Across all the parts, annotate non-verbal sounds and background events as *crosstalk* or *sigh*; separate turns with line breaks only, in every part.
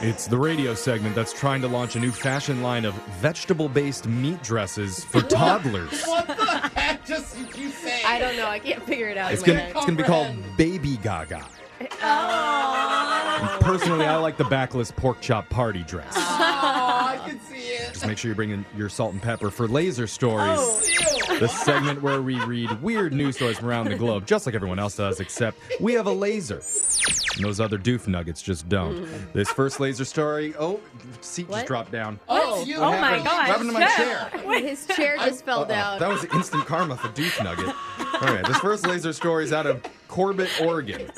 It's the radio segment that's trying to launch a new fashion line of vegetable based meat dresses for toddlers.
What the heck just did you say?
I don't know. I can't figure it out.
It's
in
gonna,
my
it's gonna be called Baby Gaga. And personally, I like the backless pork chop party dress.
Ah.
Oh, I can see it.
Just make sure you bring in your salt and pepper for Laser Stories,
Oh.
Ew.
the segment where we read weird news stories from around the globe, just like everyone else does, except we have a laser. And those other doof nuggets just don't.
Mm.
This first laser story, oh, seat just
What?
dropped down.
Oh, you
Oh
have
my
it.
gosh,
What happened to my
Jeff.
chair?
mind. His chair just fell
Uh-oh,
down.
Uh, That was instant karma for Doof Nugget. All right, this first laser story is out of Corbett, Oregon.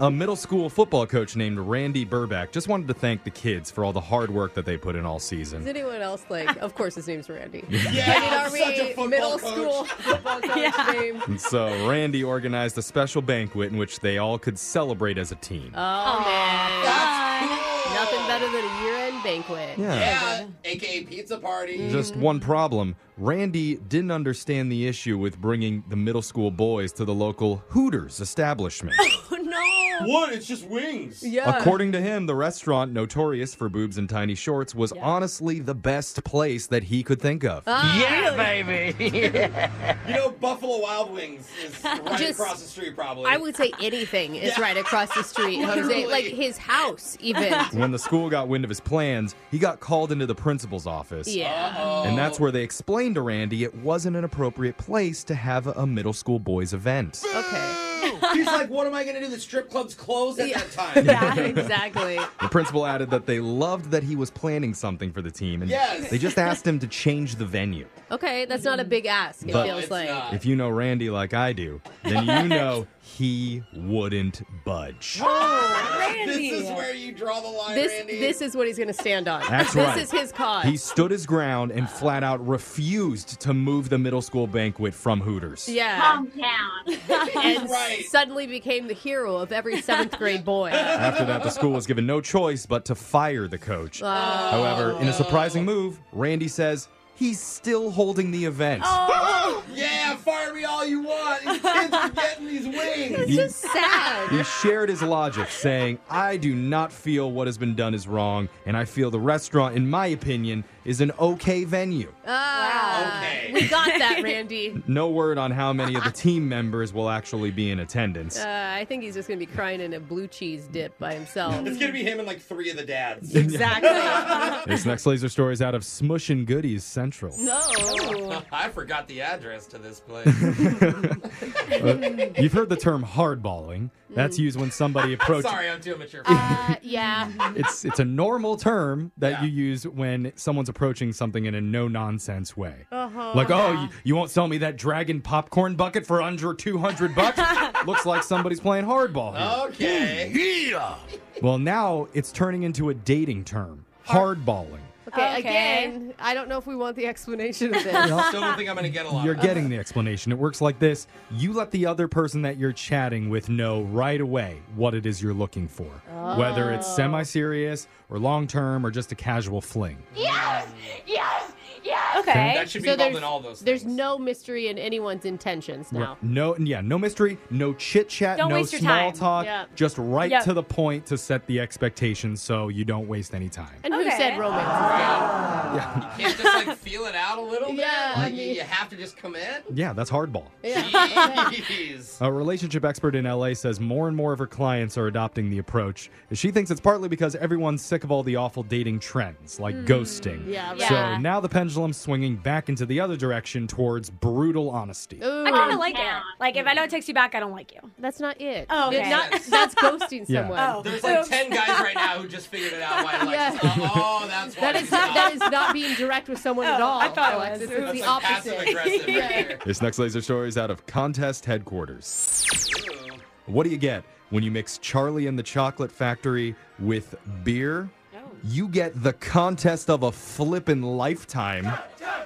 A middle school football coach named Randy Burback just wanted to thank the kids for all the hard work that they put in all
Is
season.
anyone else like? Of course, his
*laughs*
name's Randy.
Yeah,
Are
I'm such a
we
football
middle
coach. *laughs*
school football coach
Yeah.
name?
And so Randy organized a special banquet in which they all could celebrate as a team.
Oh man,
That's cool.
nothing better than a year-end banquet.
Yeah, aka pizza party.
Just one problem. Randy didn't understand the issue with bringing the middle school boys to the local Hooters establishment.
Oh no.
What? It's just wings.
Yeah.
According to him, the restaurant, notorious for boobs and tiny shorts, was honestly the best place that he could think of.
Uh. yeah,
You know, Buffalo Wild Wings *laughs* is right
Just-
across the street, probably.
I would say anything is right across the street, Jose.
Literally.
Like his house,
*laughs*
even.
When the school got wind of his plans, he got called into the principal's office.
Yeah.
Uh-oh.
And that's where they explained to Randy it wasn't an appropriate place to have a middle school boys event.
Okay.
He's like, what am I going to do? The strip club's closed at that time.
*laughs* Yeah, exactly.
The principal added that they loved that he was planning something for the team, and
Yes.
they just asked him to change the venue.
*laughs* Okay, that's not a big ask. It
But-
feels
It's
like.
not.
If you know Randy like I do, then you know he wouldn't budge.
*laughs* This is where you draw the line,
This
Randy. *laughs*
this is what he's going to stand on.
That's
this
right.
is his cause.
He stood his ground and flat out refused to move the middle school banquet from Hooters.
yeah,
Calm down.
and
right. Uh,
suddenly became the hero of every seventh grade boy.
After that, the school was given no choice but to fire the coach.
Uh,
However, in a surprising move, Randy says he's still holding the event.
*laughs* Oh. yeah, fire me all you want. These kids are getting these wings.
*laughs*
He-
just sad.
He shared his logic, saying, I do not feel what has been done is wrong, and I feel the restaurant, in my opinion, is an okay venue.
Ah,
Okay.
We got
*laughs*
that, Randy.
No word on how many of the team members will actually be in attendance.
Uh, I think he's just going to be crying in a blue cheese dip
*laughs*
*laughs*
by himself.
It's going to be him and like three of the dads.
*laughs* exactly.
This next laser story is out of Smush and Goodies Central.
no.
*laughs* I forgot the address to this place.
*laughs* You've heard the term hardballing. That's used when somebody approaches.
Sorry, Mm. *laughs* I'm too immature.
Uh, yeah.
It's it's a normal term that
Yeah.
you use when someone's approaching something in a no nonsense way.
Uh-huh.
Like, oh, you, you won't sell me that dragon popcorn bucket for under two hundred
*laughs*
bucks. Looks like somebody's playing hardball. Here.
okay.
Well, now it's turning into a dating term. Hardballing.
Okay,
Okay.
Again, I don't know if we want the explanation of this.
*laughs*
*laughs* Still don't think I'm going to get along.
You're getting the explanation. It works like this: you let the other person that you're chatting with know right away what it is you're looking for, whether
Oh.
it's semi-serious or long-term or just a casual fling.
Yes, yes, yes.
Okay.
That should be
So
involved
there's-
in all those.
There's
things.
no mystery in anyone's intentions now.
No, yeah, no mystery, no chit chat,
Don't
no
waste your
small
time.
talk,
Yeah.
just right
Yep.
to the point to set the expectations so you don't waste any time.
And who
Okay.
said romance?
You can't just like feel it out a little bit.
Yeah, I
like,
mean-
you have to just commit.
*laughs* Yeah, that's hardball. *laughs*
Jeez.
A relationship expert in LA says more and more of her clients are adopting the approach. She thinks it's partly because everyone's sick of all the awful dating trends like ghosting.
Hmm, yeah, right.
So
Yeah.
now the pendulum's swinging back into the other direction towards brutal honesty.
Ooh,
I kind of like it.
Down.
Like, if I don't text you back, I don't like you.
that's not it.
Oh, okay.
*laughs*
It's not- that's ghosting
Yeah.
someone.
Oh.
There's like
Oops.
ten guys right now who just figured it out. Why, like,
Yeah.
oh, that's why
That is
it's
not,
not.
that is not being direct with someone at
Oh,
all.
I thought it was.
Alexis.
It
It's
was
the
like passive
opposite. *laughs*
aggressive right there.
This next laser story is out of contest headquarters.
Ooh.
What do you get when you mix Charlie and the Chocolate Factory with beer?
Oh.
You get the contest of a flippin' lifetime.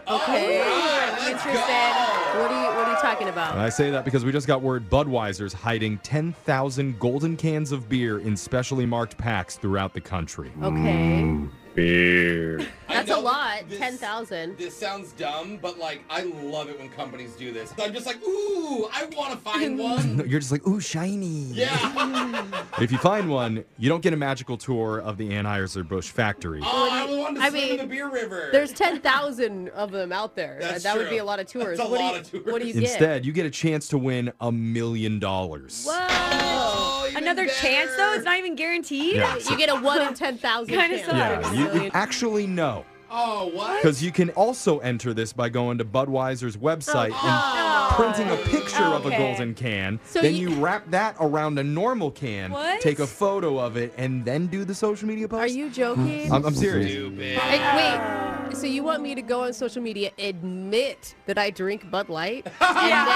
Okay.
let's
Interested.
go.
What are you What are you talking
And
about?
I say that because we just got word Budweiser's hiding 10,000 golden cans of mm, beer in specially marked packs throughout the country.
Okay.
I
*laughs* That's
know
a lot.
this-
10,000.
This sounds dumb, but like I love it when companies do this. I'm just like, ooh, I want to
*laughs*
find one.
*laughs* No, You're just like, ooh, shiny.
Yeah.
If you find one, you don't get a magical tour of the Anheuser-Busch factory.
Oh, I wanted to
I
swim
mean,
in the beer river.
There's 10,000 of them out there.
That's
that would
true.
be a lot of tours.
That's a
what
lot
do you,
of tours.
What do you get?
Instead, you get a chance to win a million dollars.
Whoa.
Oh, even
Another
better.
chance though? It's not even guaranteed?
Yeah.
You get a 1 in 10,000
Kinda
chance.
sucks.
Yeah, you, you actually know.
Oh, what?
Because you can also enter this by going to Budweiser's website
Oh.
and printing a picture of a
Okay.
golden can.
So
then you,
you-
wrap that around a normal can,
What?
take a photo of it, and then do the social media post.
Are you joking?
I'm, I'm serious.
Stupid.
I- wait, so you want me to go on social media, admit that I drink Bud Light, and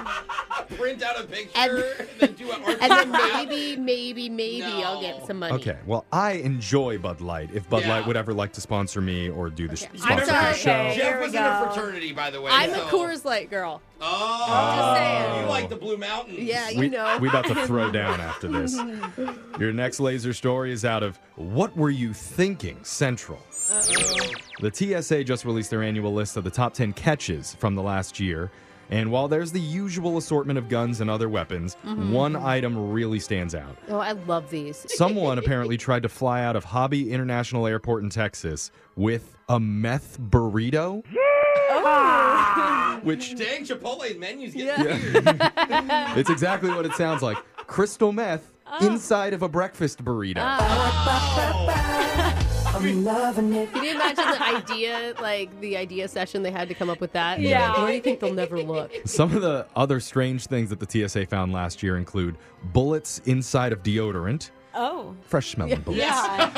then,
Print out a picture
And-
and, then do an art
*laughs* and then
map.
maybe, maybe, maybe I'll get
No.
some money.
Okay, well, I enjoy Bud Light. If Bud
Yeah.
Light would ever like to sponsor me or do the sh-
Okay.
sponsor
I'm
for the
sorry.
show,
Okay. Here
Jeff
we
was in a
go.
fraternity, by the way.
I'm a
so-
Coors Light girl.
Oh,
Just
saying.
you like the Blue Mountains.
Yeah, you
we,
know.
we
*laughs*
about to throw down after this. Your next laser story is out of What Were You Thinking Central. The TSA just released their annual list of the top 10 catches from the last year. And while there's the usual assortment of guns and other weapons, one item really stands out.
Oh, I love these.
Someone apparently tried to fly out of Hobby International Airport in Texas with a meth burrito, which
Dang, Chipotle menus get
it's exactly what it sounds like. Crystal meth inside of a breakfast burrito.
Oh.
*laughs* Can you imagine the idea, like the idea session they had to come up with that?
Yeah.
Where do you think they'll never look?
Some of the other strange things that the TSA found last year include bullets inside of deodorant,
Oh.
fresh smelling bullets.
Yeah.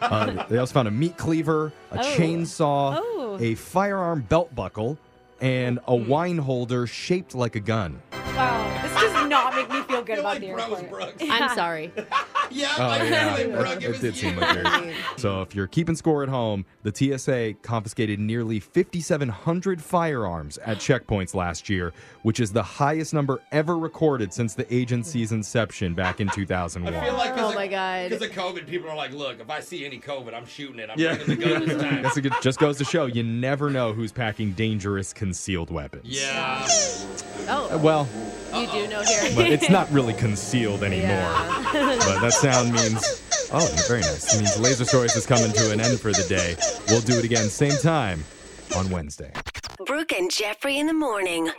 Uh, they also found a meat cleaver, a chainsaw,
Oh.
a firearm belt buckle, and a wine holder shaped like a gun.
*laughs* wow. This does not make me feel
I
good
feel like
about the
Bros
*laughs*
airport.
Brooks.
I'm sorry.
*laughs* Yeah,
Oh,
like
yeah. *laughs*
Marilyn
That-
Brooke, it
that
was
did
you.
seem like weird. So, if you're keeping score at home, the TSA confiscated nearly 5,700 firearms at checkpoints last year, which is the highest number ever recorded since the agency's inception back in 2001.
*laughs* I feel like
Oh my God.
Because of COVID, people are like, look, if I see any COVID, I'm shooting it. I'm
Yeah.
bringing the
*laughs*
gun this time.
That's a good, just goes to show you never know who's packing dangerous concealed weapons.
yeah.
Oh,
Well,
you do know *laughs* here.
but it's not really concealed anymore. But that sound means, oh, very nice. It means Laser Stories is coming to an end for the day. We'll do it again, same time on Wednesday.
Brooke and Jeffrey in the morning.